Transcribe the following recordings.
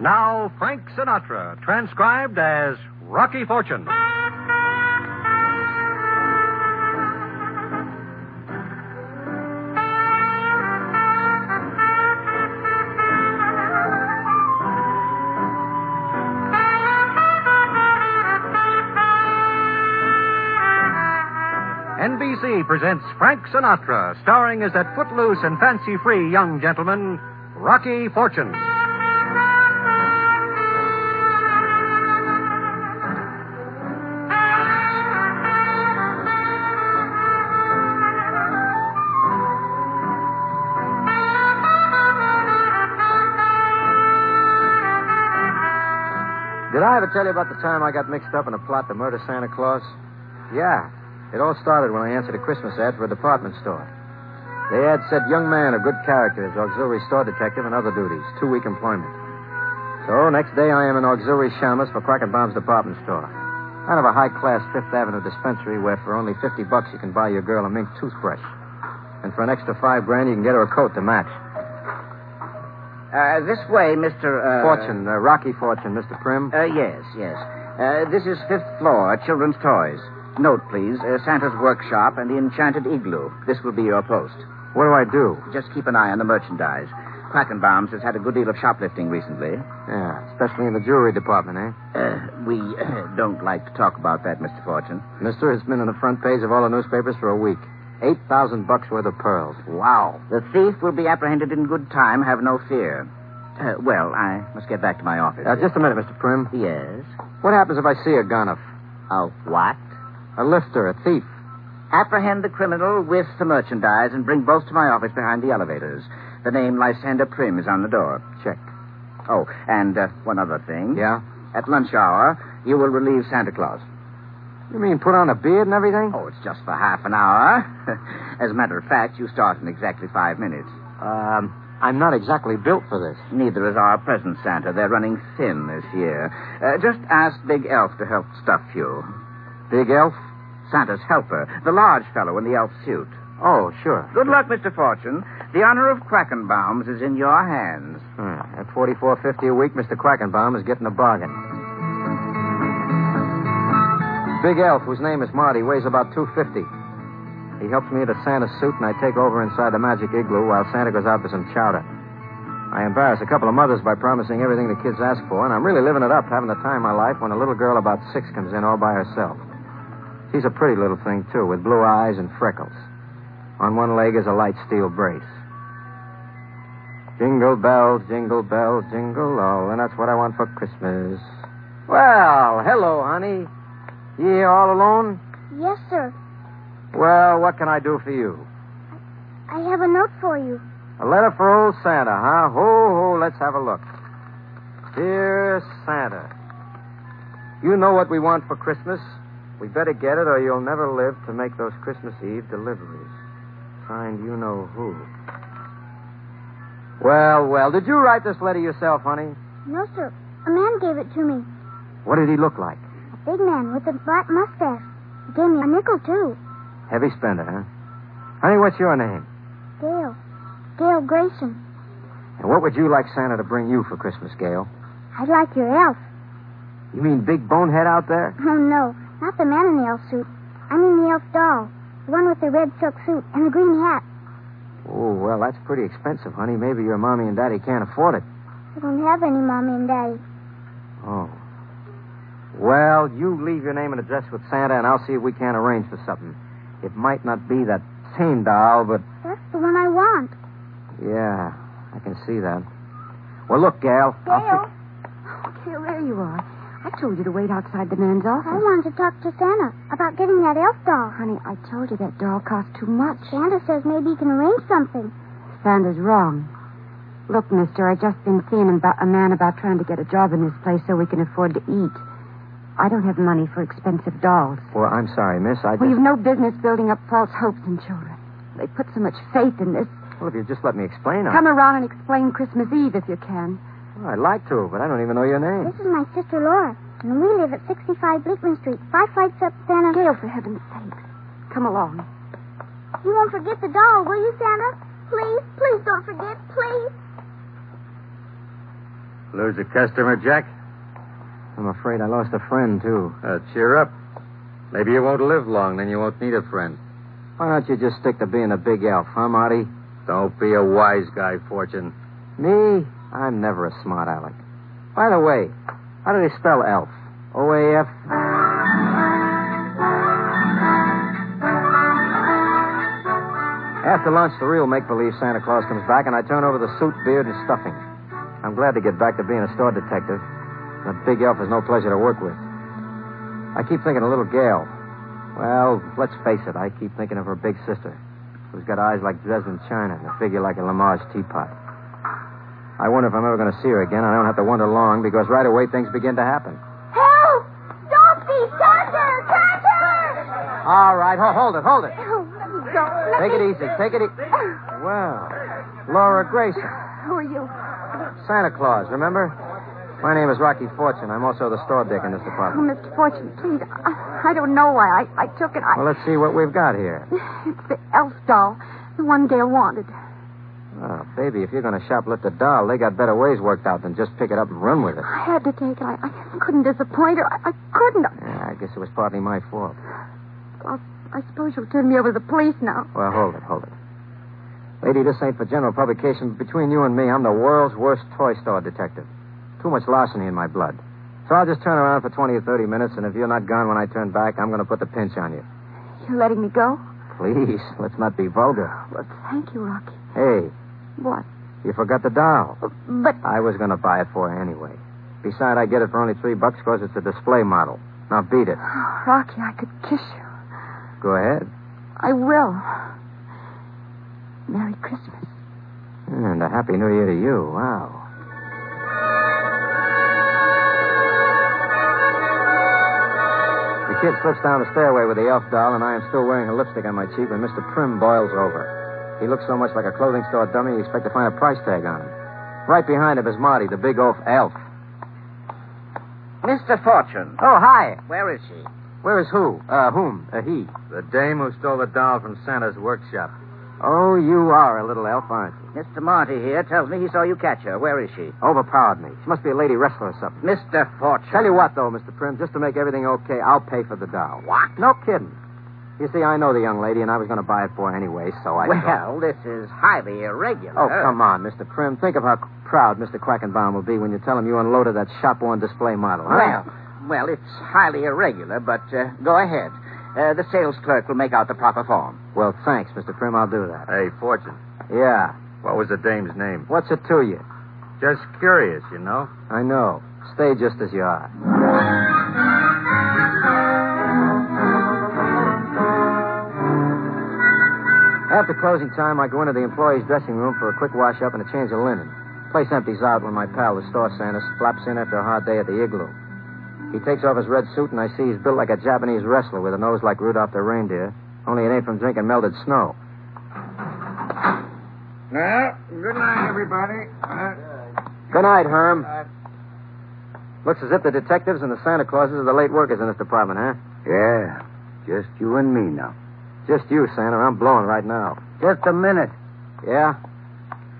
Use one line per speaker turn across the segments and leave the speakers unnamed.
Now, Frank Sinatra, transcribed as Rocky Fortune. NBC presents Frank Sinatra, starring as that footloose and fancy free young gentleman, Rocky Fortune.
Did I ever tell you about the time I got mixed up in a plot to murder Santa Claus? Yeah. It all started when I answered a Christmas ad for a department store. The ad said, young man of good character is auxiliary store detective and other duties, two week employment. So, next day I am an auxiliary shamus for Crack and Bomb's department store. Kind of a high class Fifth Avenue dispensary where for only 50 bucks you can buy your girl a mink toothbrush. And for an extra five grand, you can get her a coat to match.
Uh, this way, Mr. Uh...
Fortune, uh, Rocky Fortune, Mr. Prim.
Uh, yes, yes. Uh, this is fifth floor, children's toys. Note, please, uh, Santa's workshop and the enchanted igloo. This will be your post.
What do I do?
Just keep an eye on the merchandise. Quackenbaum's has had a good deal of shoplifting recently.
Yeah, especially in the jewelry department, eh?
Uh, we don't like to talk about that, Mr. Fortune.
Mister, it's been on the front page of all the newspapers for a week. Eight thousand bucks worth of pearls.
Wow. The thief will be apprehended in good time, have no fear. Uh, well, I must get back to my office.
Uh, just a minute, Mr. Prim.
Yes.
What happens if I see a gunner?
A what?
A lifter, a thief.
Apprehend the criminal with the merchandise and bring both to my office behind the elevators. The name Lysander Prim is on the door.
Check.
Oh, and uh, one other thing.
Yeah?
At lunch hour, you will relieve Santa Claus.
You mean put on a beard and everything?
Oh, it's just for half an hour. As a matter of fact, you start in exactly five minutes.
Um, I'm not exactly built for this.
Neither is our present Santa. They're running thin this year. Uh, just ask Big Elf to help stuff you.
Big elf?
Santa's helper, the large fellow in the elf suit.
Oh, sure.
Good luck, Mr. Fortune. The honor of Quackenbaum's is in your hands.
Hmm, At forty-four fifty a week, Mr. Quackenbaum is getting a bargain. Big elf, whose name is Marty, weighs about 250. He helps me into Santa's suit, and I take over inside the magic igloo while Santa goes out for some chowder. I embarrass a couple of mothers by promising everything the kids ask for, and I'm really living it up, having the time of my life when a little girl about six comes in all by herself. She's a pretty little thing, too, with blue eyes and freckles. On one leg is a light steel brace. Jingle bells, jingle bells, jingle all, and that's what I want for Christmas. Well, hello, honey. You here all alone?
Yes, sir.
Well, what can I do for you?
I have a note for you.
A letter for old Santa, huh? Ho, ho, let's have a look. Dear Santa, you know what we want for Christmas. We better get it, or you'll never live to make those Christmas Eve deliveries. Signed, you know who. Well, well, did you write this letter yourself, honey?
No, sir. A man gave it to me.
What did he look like?
A big man with a black mustache. He gave me a nickel, too.
Heavy spender, huh? Honey, what's your name?
Gail. Gail Grayson.
And what would you like Santa to bring you for Christmas, Gail?
I'd like your elf.
You mean Big Bonehead out there?
Oh, no. Not the man in the elf suit. I mean the elf doll. The one with the red silk suit and the green hat.
Oh, well, that's pretty expensive, honey. Maybe your mommy and daddy can't afford it.
I don't have any mommy and daddy.
Oh. Well, you leave your name and address with Santa, and I'll see if we can't arrange for something. It might not be that same doll, but
That's the one I want.
yeah, I can see that. Well, look, Gail. I'll
Gail,
Oh, Gail, there you are. I told you to wait outside the man's
I
office.
wanted to talk to Santa about getting that elf doll.
Honey, I told you that doll cost too much.
Santa says maybe he can arrange something.
Santa's wrong. Look, mister, I've just been seeing about a man about trying to get a job in this place so we can afford to eat. I don't have money for expensive dolls.
Well, I'm sorry, miss. I just.
Well, you've no business building up false hopes in children. They put so much faith in this.
Well, if you just let me explain, I...
Come around and explain Christmas Eve if you can.
Well, I'd like to, but I don't even know your name.
This is my sister Laura, and we live at 65 Bleakman Street, five flights up Santa.
Gail, for heaven's sake, come along.
You won't forget the doll, will you, Santa? Please, please don't forget, please.
Lose a customer, Jack? I'm afraid I lost a friend, too. Uh, cheer up. Maybe you won't live long, then you won't need a friend. Why don't you just stick to being a big elf, huh, Marty? Don't be a wise guy, Fortune. Me? I'm never a smart aleck. By the way, how do they spell elf? O A F? After lunch, the real make believe Santa Claus comes back, and I turn over the suit, beard, and stuffing. I'm glad to get back to being a store detective. That big elf is no pleasure to work with. I keep thinking of little Gail. Well, let's face it, I keep thinking of her big sister, who's got eyes like Dresden china and a figure like a Lamar's teapot. I wonder if I'm ever going to see her again. I don't have to wonder long because right away things begin to happen.
Help! Don't be Santa! Santa!
All right, ho- hold it, hold it.
Oh, let me go. Let
Take it
me-
easy, take it easy. Well, Laura Grayson.
Who are you?
Santa Claus, remember? My name is Rocky Fortune. I'm also the store dick in this
Oh,
department.
Mr. Fortune, please. I, I don't know why I, I took it. I,
Well, let's see what we've got here.
it's the elf doll, the one Gail wanted.
Oh, baby, if you're going to shoplift a doll, they got better ways worked out than just pick it up and run with it.
I had to take it. I, I couldn't disappoint her. I, I couldn't.
Yeah, I guess it was partly my fault.
Well, I suppose you'll turn me over to the police now.
Well, hold it, hold it. Lady, this ain't for general publication. Between you and me, I'm the world's worst toy store detective. Too much larceny in my blood. So I'll just turn around for 20 or 30 minutes, and if you're not gone when I turn back, I'm going to put the pinch on you.
You're letting me go?
Please, let's not be vulgar.
Well, thank you, Rocky.
Hey,
What?
you forgot the doll.
But
I was going to buy it for her anyway. Besides, I get it for only three bucks because it's a display model. Now beat it.
Oh, Rocky, I could kiss you.
Go ahead.
I will. Merry Christmas.
And a happy new year to you. Wow. The kid slips down the stairway with the elf doll, and I am still wearing a lipstick on my cheek when Mr. Prim boils over. He looks so much like a clothing store dummy, you expect to find a price tag on him. Right behind him is Marty, the big oaf elf.
Mr. Fortune.
Oh, hi.
Where is she?
Where is who? Uh, whom? Uh, he. The dame who stole the doll from Santa's workshop. Oh, you are a little elf, aren't you?
Mr. Marty here tells me he saw you catch her. Where is she?
Overpowered me. She must be a lady wrestler or something.
Mr. Fortune.
Tell you what, though, Mr. Prim, just to make everything okay, I'll pay for the doll.
What?
No kidding. You see, I know the young lady, and I was going to buy it for her anyway, so I.
Well, this is highly irregular.
Oh, come on, Mr. Prim. Think of how proud Mr. Quackenbaum will be when you tell him you unloaded that shop-worn display model. Huh?
Well, well, it's highly irregular, but uh, go ahead. Uh, the sales clerk will make out the proper form.
Well, thanks, Mr. Prim. I'll do that.
Hey, Fortune,
Yeah.
what was the dame's name?
What's it to you?
Just curious, you know.
I know. Stay just as you are. After closing time, I go into the employees' dressing room for a quick wash up and a change of linen. Place empties out when my pal, the store Santa, slaps in after a hard day at the igloo. He takes off his red suit, and I see he's built like a Japanese wrestler with a nose like Rudolph the reindeer, only it ain't from drinking melted snow.
Well, good night, everybody. Uh,
Good night, Herm. Looks as if the detectives and the Santa Clauses are the late workers in this department, huh?
Yeah, just you and me now.
Just you, Santa. I'm blowing right now.
Just a minute.
Yeah?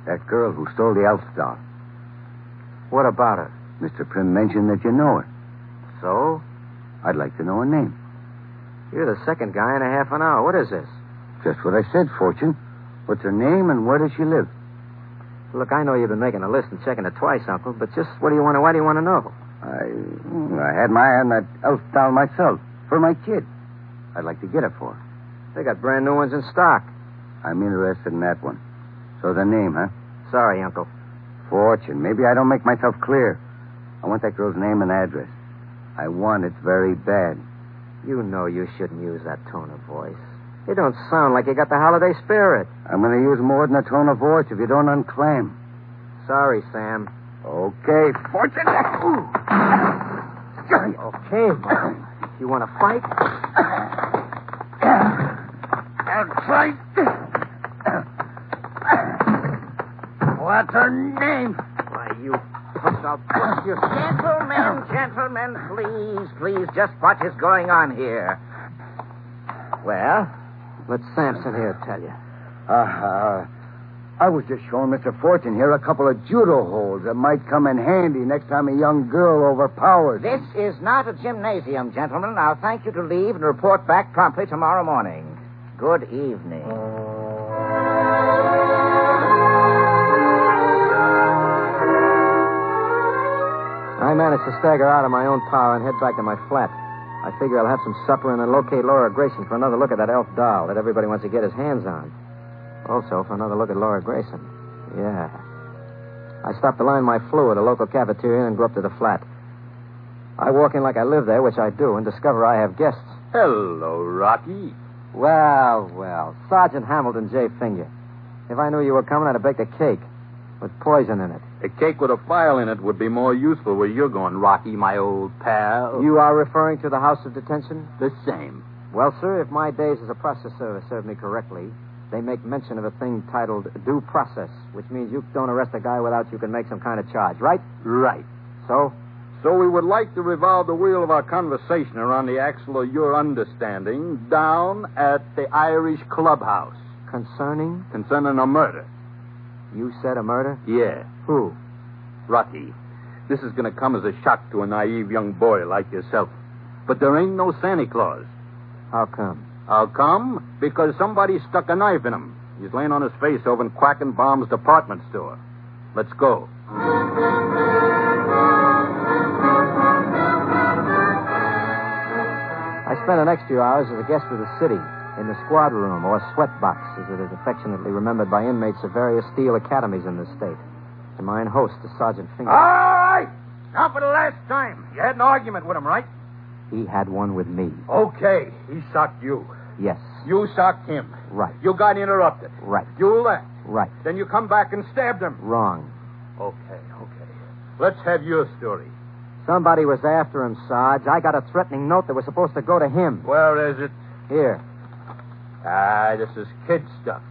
That girl who stole the elf doll.
What about her?
Mr. Prim mentioned that you know her.
So?
I'd like to know her name.
You're the second guy in a half an hour. What is this?
Just what I said, Fortune. What's her name and where does she live?
Look, I know you've been making a list and checking it twice, Uncle, but just what do you want to, why do you want to know?
I, hmm, I had my eye on that elf doll myself for my kid. I'd like to get her for. her.
They got brand new ones in stock.
I'm interested in that one. So the name, huh?
Sorry, Uncle.
Fortune. Maybe I don't make myself clear. I want that girl's name and address. I want it very bad.
You know you shouldn't use that tone of voice. You don't sound like you got the holiday spirit.
I'm going to use more than a tone of voice if you don't unclam.
Sorry, Sam.
Okay, Fortune.
Okay, Bob. You want to fight?
That's right. What's her name?
Why, you punk, I'll bust your...
gentlemen, gentlemen, please, please, just what is going on here?
Well, let Samson here tell you.
Uh, uh, I was just showing Mr. Fortune here a couple of judo holds that might come in handy next time a young girl overpowers.
This is not a gymnasium, gentlemen. I'll thank you to leave and report back promptly tomorrow morning. Good evening.
I managed to stagger out of my own power and head back to my flat. I figure I'll have some supper and then locate Laura Grayson for another look at that elf doll that everybody wants to get his hands on. Also, for another look at Laura Grayson. Yeah. I stopped to line my flu at a local cafeteria and go up to the flat. I walk in like I live there, which I do, and discover I have guests.
Hello, Rocky.
Well, well, Sergeant Hamilton J. Finger. If I knew you were coming, I'd have baked a cake with poison in it.
A cake with a file in it would be more useful where you're going, Rocky, my old pal.
You are referring to the House of Detention?
the same.
Well, sir, if my days as a process server serve me correctly, they make mention of a thing titled due process, which means you don't arrest a guy without you can make some kind of charge, right?
Right.
So,
So we would like to revolve the wheel of our conversation around the axle of your understanding down at the Irish clubhouse
concerning,
concerning a murder.
you said a murder?
Yeah,
Who?
Rocky. This is going to come as a shock to a naive young boy like yourself. But there ain't no Santa Claus.
How come?
How come? Because somebody stuck a knife in him. He's laying on his face over in Quackenbaum's department store. Let's go.
I spent the next few hours as a guest of the city in the squad room, or sweat box, as it is affectionately remembered by inmates of various steel academies in this state. And mine host, the Sergeant Finger,
right! Now for the last time. You had an argument with him, right?
he had one with me.
Okay. He socked you.
Yes,
You socked him.
right,
You got interrupted.
right,
You left.
right,
Then you come back and stabbed him.
wrong.
Okay, okay. Let's have your story.
Somebody was after him, Sarge. I got a threatening note that was supposed to go to him.
Where is it?
Here.
Ah, this is kid stuff.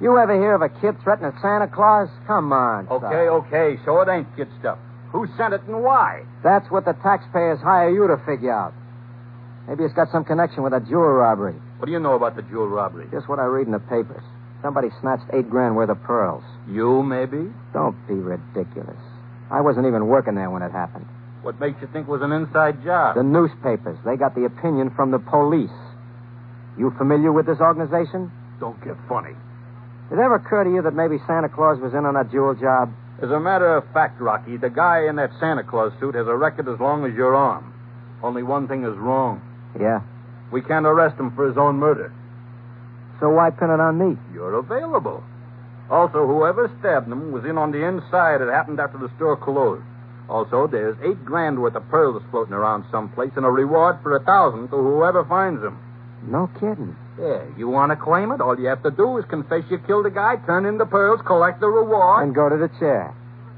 You ever hear of a kid threatening Santa Claus? Come on.
Okay,
Sarge.
okay. So it ain't kid stuff. Who sent it and why?
That's what the taxpayers hire you to figure out. Maybe it's got some connection with a jewel robbery.
What do you know about the jewel robbery?
Just what I read in the papers. Somebody snatched eight grand worth of pearls.
You, maybe?
Don't be ridiculous. I wasn't even working there when it happened.
What makes you think it was an inside job?
The newspapers, they got the opinion from the police. You familiar with this organization?
Don't get funny.
Did it ever occur to you that maybe Santa Claus was in on that jewel job?
As a matter of fact, Rocky, the guy in that Santa Claus suit has a record as long as your arm. Only one thing is wrong.
Yeah.
We can't arrest him for his own murder.
So why pin it on me?
You're available. Also, whoever stabbed him was in on the inside. It happened after the store closed. Also, there's eight grand worth of pearls floating around someplace and a reward for a thousand to whoever finds them.
No kidding.
Yeah, you want to claim it? All you have to do is confess you killed a guy, turn in the pearls, collect the reward.
And go to the chair.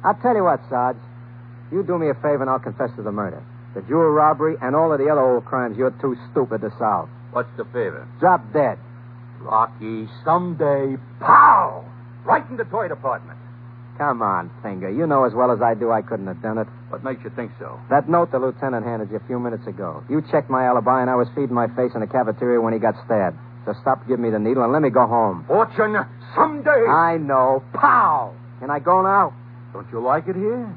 I'll tell you what, Sarge. You do me a favor and I'll confess to the murder. The jewel robbery and all of the other old crimes you're too stupid to solve.
What's the favor?
Drop dead.
Rocky, someday, pow! Right in the toy department.
Come on, Finger. You know as well as I do I couldn't have done it.
What makes you think so?
That note the lieutenant handed you a few minutes ago. You checked my alibi and I was feeding my face in the cafeteria when he got stabbed. So stop giving me the needle and let me go home.
Fortune, someday.
I know. Pow! Can I go now?
Don't you like it here?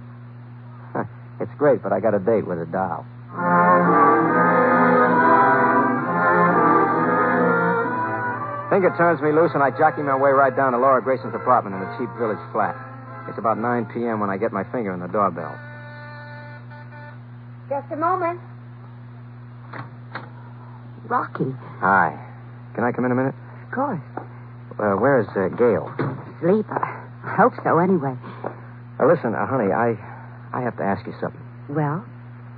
It's great, but I got a date with a doll. Finger turns me loose, and I jockey my way right down to Laura Grayson's apartment in the cheap village flat. It's about 9 p.m. when I get my finger on the doorbell.
Just a moment. Rocky,
Hi. Can I come in a minute?
of course.
Uh, where's uh, Gail?
Sleep. I hope so, anyway.
Uh, listen, uh, honey, I, I have to ask you something.
Well,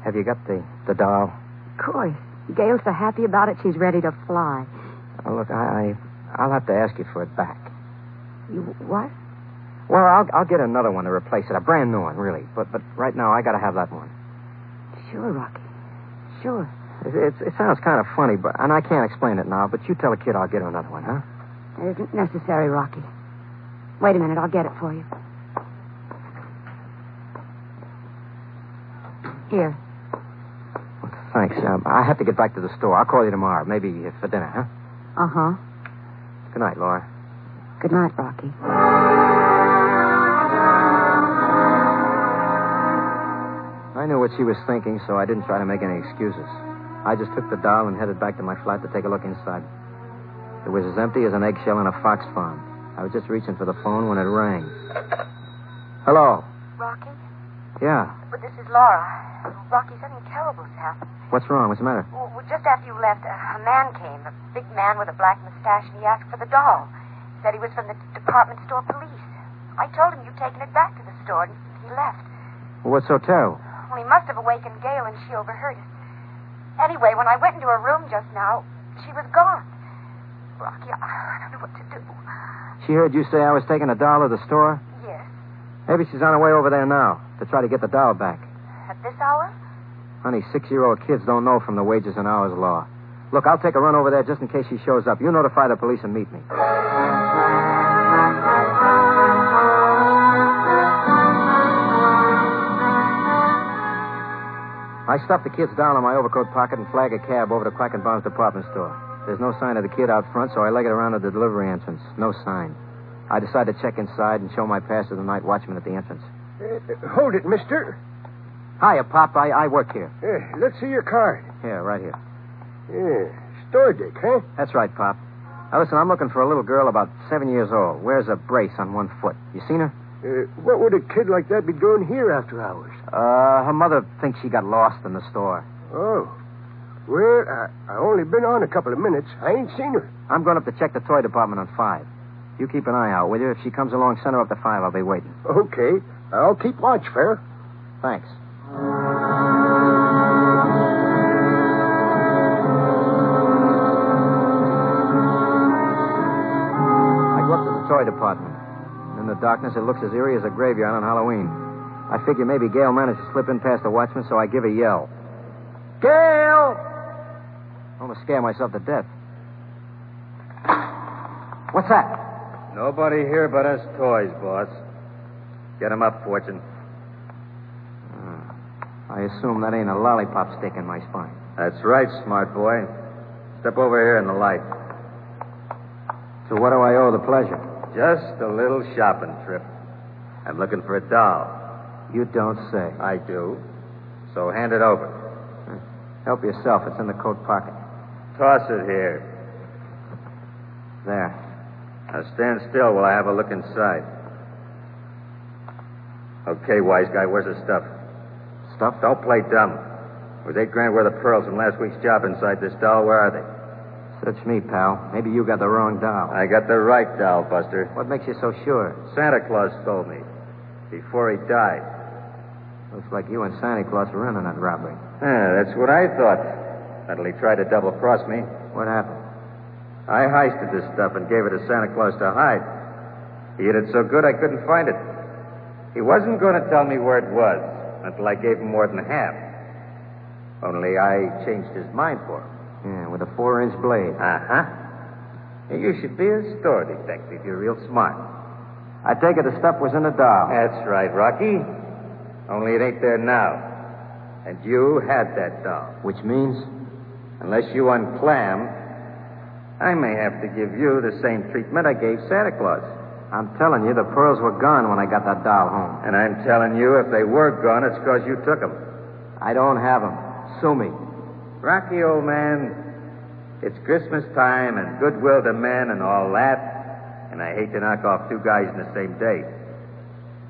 Have you got the, the doll?
of course. Gail's so happy about it, she's ready to fly.
Oh, look, I, I, I'll have to ask you for it back.
You what?
Well, I'll, I'll get another one to replace it, a brand new one, really. But, but right now, I got to have that one.
Sure, Rocky. Sure.
It, it, it sounds kind of funny, but and I can't explain it now. But you tell the kid I'll get her another one, huh?
It isn't necessary, Rocky. Wait a minute, I'll get it for you. Here.
Thanks. Um, I have to get back to the store. I'll call you tomorrow, maybe uh, for dinner, huh?
Uh huh.
Good night, Laura.
Good night, Rocky.
what she was thinking, so I didn't try to make any excuses. I just took the doll and headed back to my flat to take a look inside. It was as empty as an eggshell in a fox farm. I was just reaching for the phone when it rang. Hello.
Rocky?
Yeah.
Well, this is Laura. Rocky, something terrible's happened.
What's wrong? What's the matter?
Well, well, just after you left, uh, a a man came, a big man with a black mustache, and he asked for the doll. Said he was from the d- department store police. I told him you'd taken it back to the store, and he left.
What's so terrible?
Well, he must have awakened Gail, and she overheard it. Anyway, when I went into her room just now, she was gone. Rocky, I I don't know what to do.
She heard you say I was taking a doll to the store.
Yes,
Maybe she's on her way over there now to try to get the doll back.
at this hour?
Honey, six-year-old kids don't know from the wages and hours law. Look, I'll take a run over there just in case she shows up. You notify the police and meet me. I stuffed the kid's doll in my overcoat pocket and flagged a cab over to Quackenbaum's department store. There's no sign of the kid out front, so I leg it around to the delivery entrance. No sign. I decide to check inside and show my pass to the night watchman at the entrance.
hold it, mister.
Hiya, Pop. I, I work here.
Uh, let's see your card.
Here, right here.
Yeah. Store dick, huh?
That's right, Pop. Now, listen, I'm looking for a little girl about seven years old. Wears a brace on one foot. You seen her?
Uh, what would a kid like that be doing here after hours?
Uh, her mother thinks she got lost in the store.
Oh. Well, I, I only been on a couple of minutes. I ain't seen her.
I'm going up to check the toy department on five. You keep an eye out, will you? If she comes along, send her up to five. I'll be waiting.
Okay. I'll keep watch, fair.
Thanks. I go up to the toy department. In the darkness, it looks as eerie as a graveyard on Halloween. I figure maybe Gail managed to slip in past the watchman, so I give a yell. Gail! Almost scare myself to death. What's that?
Nobody here but us toys, boss. Get 'em up, Fortune.
Hmm.
I assume that ain't a lollipop stick in my spine.
That's right, smart boy. Step over here in the light.
So what do I owe the pleasure?
Just a little shopping trip. I'm looking for a doll.
You don't say.
I do. So hand it over.
Help yourself. It's in the coat pocket.
Toss it here.
There.
Now stand still while I have a look inside. Okay, wise guy, where's the stuff?
Stuff?
Don't play dumb. There's eight grand worth of pearls from last week's job inside this doll. Where are they?
Search me, pal. Maybe you got the wrong doll.
I got the right doll, Buster.
What makes you so sure?
Santa Claus told me before he died.
Looks like you and Santa Claus were in on that robbery.
Ah, that's what I thought. Until he tried to double cross me.
What happened?
I heisted this stuff and gave it to Santa Claus to hide. He hid it so good I couldn't find it. He wasn't going to tell me where it was until I gave him more than half. Only I changed his mind for him.
Yeah, with a four-inch blade.
Uh huh. You should be a store detective. You're real smart.
I take it the stuff was in the doll.
That's right, Rocky. Only it ain't there now. And you had that doll.
Which means?
Unless you unclam, I may have to give you the same treatment I gave Santa Claus.
I'm telling you, the pearls were gone when I got that doll home.
And I'm telling you, if they were gone, it's 'cause you took 'em.
I don't have them. Sue me.
Rocky, old man, it's Christmas time and goodwill to men and all that, and I hate to knock off two guys in the same day.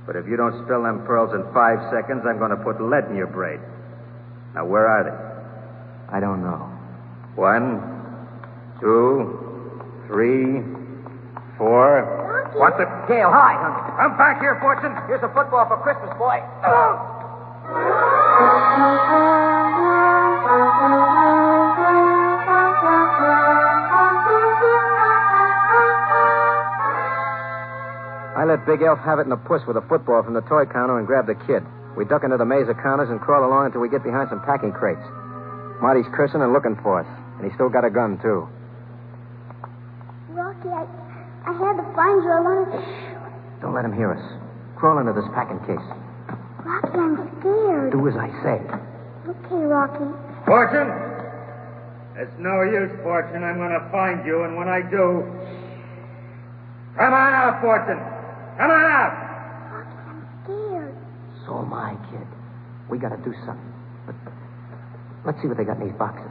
But if you don't spill them pearls in five seconds, I'm going to put lead in your braid. Now, where are they?
I don't know.
One, two, three, four. What the?
Gail, hi. Come back here, Fortune. Here's a football for Christmas, boy.
I let Big Elf have it in the puss with a football from the toy counter and grab the kid. We duck into the maze of counters and crawl along until we get behind some packing crates. Marty's cursing and looking for us, and he's still got a gun, too.
Rocky, I, I had to find you. I wanted to.
Don't let him hear us. Crawl into this packing case.
Rocky, I'm scared.
Do as I say.
Okay, Rocky.
Fortune? It's no use, Fortune. I'm going to find you, and when I do. Come on out, Fortune. Come on out.
Rocky, I'm scared.
So am I, kid.
We gotta do something. But let's see what they got in these boxes.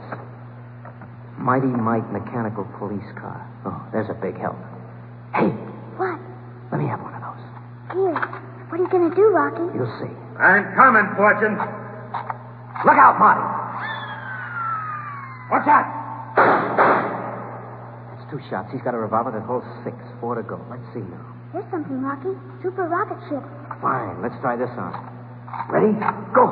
Mighty Mike mechanical police car. Oh, there's a big help. Hey!
What?
Let me have one of those.
Dear, what are you going to do, Rocky?
You'll see.
I'm coming, Fortune.
Look out, Marty!
Watch out!
That's two shots. He's got a revolver that holds six. Four to go. Let's see now.
Here's something, Rocky. Super rocket ship.
Fine. Let's try this on. Ready? Go!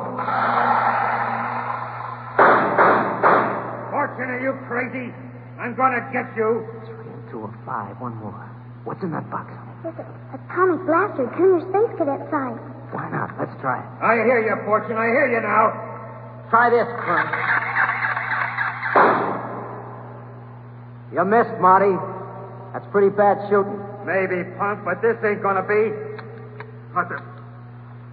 Fortune, are you crazy? I'm gonna get you.
Three and two or five. One more. What's in that box?
There's a atomic blaster, Junior Space Cadet size.
Why not? Let's try it.
I hear you, Fortune. I hear you now.
Try this, Crump.
You missed, Marty. That's pretty bad shooting.
Maybe, punk, but this ain't gonna be. What the?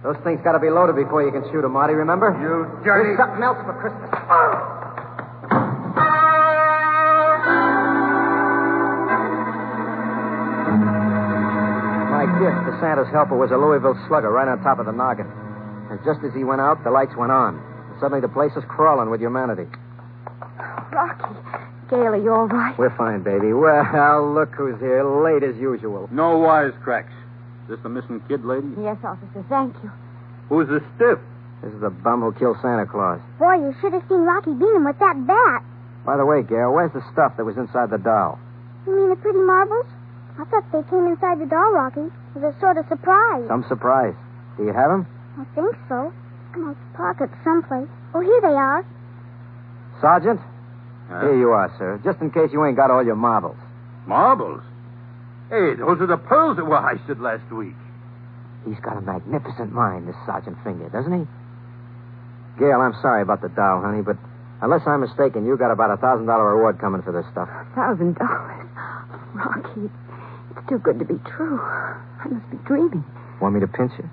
Those things got to be loaded before you can shoot 'em, Marty. Remember?
You dirty.
Here's something else for Christmas.
My gift to Santa's helper was a Louisville slugger right on top of the noggin. And just as he went out, the lights went on. And suddenly the place is crawling with humanity.
Rocky. Gail, are you all right?
We're fine, baby. Well, look who's here, late as usual.
No wisecracks. This the missing kid lady?
Yes, officer, thank you.
Who's the stiff?
This is the bum who killed Santa Claus.
Boy, you should have seen Rocky beat him with that bat.
By the way, Gail, where's the stuff that was inside the doll?
You mean the pretty marbles? I thought they came inside the doll, Rocky. It was a sort of surprise.
Some surprise. Do you have 'em?
I think so. In his pocket someplace. Oh, here they are.
Sergeant? Here you are, sir. Just in case you ain't got all your marbles.
Marbles? Hey, those are the pearls that were heisted last week.
He's got a magnificent mind, this Sergeant Finger, doesn't he?
Gail, I'm sorry about the doll, honey, but unless I'm mistaken, you got about a thousand dollar reward coming for this stuff.
Thousand dollars. Rocky, it's too good to be true. I must be dreaming.
Want me to pinch you?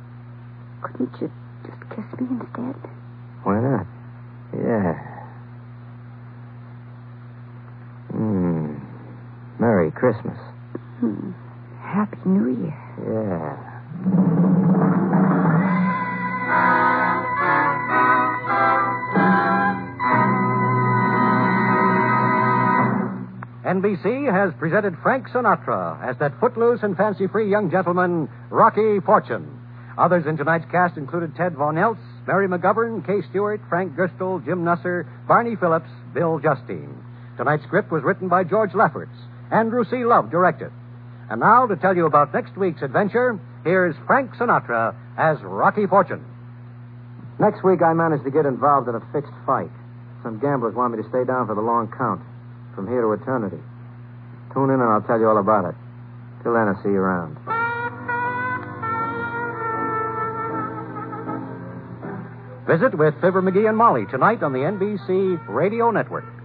Couldn't you just kiss me instead?
Why not? Yeah. Hmm. Merry Christmas.
Hmm. Happy New Year.
Yeah.
NBC has presented Frank Sinatra as that footloose and fancy free young gentleman, Rocky Fortune. Others in tonight's cast included Ted Von Eltz, Mary McGovern, Kay Stewart, Frank Gerstel, Jim Nusser, Barney Phillips, Bill Justine. Tonight's script was written by George Lefferts. Andrew C. Love directed. And now, to tell you about next week's adventure, here's Frank Sinatra as Rocky Fortune.
Next week, I managed to get involved in a fixed fight. Some gamblers want me to stay down for the long count, from here to eternity. Tune in and I'll tell you all about it. Till then, I'll see you around.
Visit with Fibber McGee and Molly tonight on the NBC Radio Network.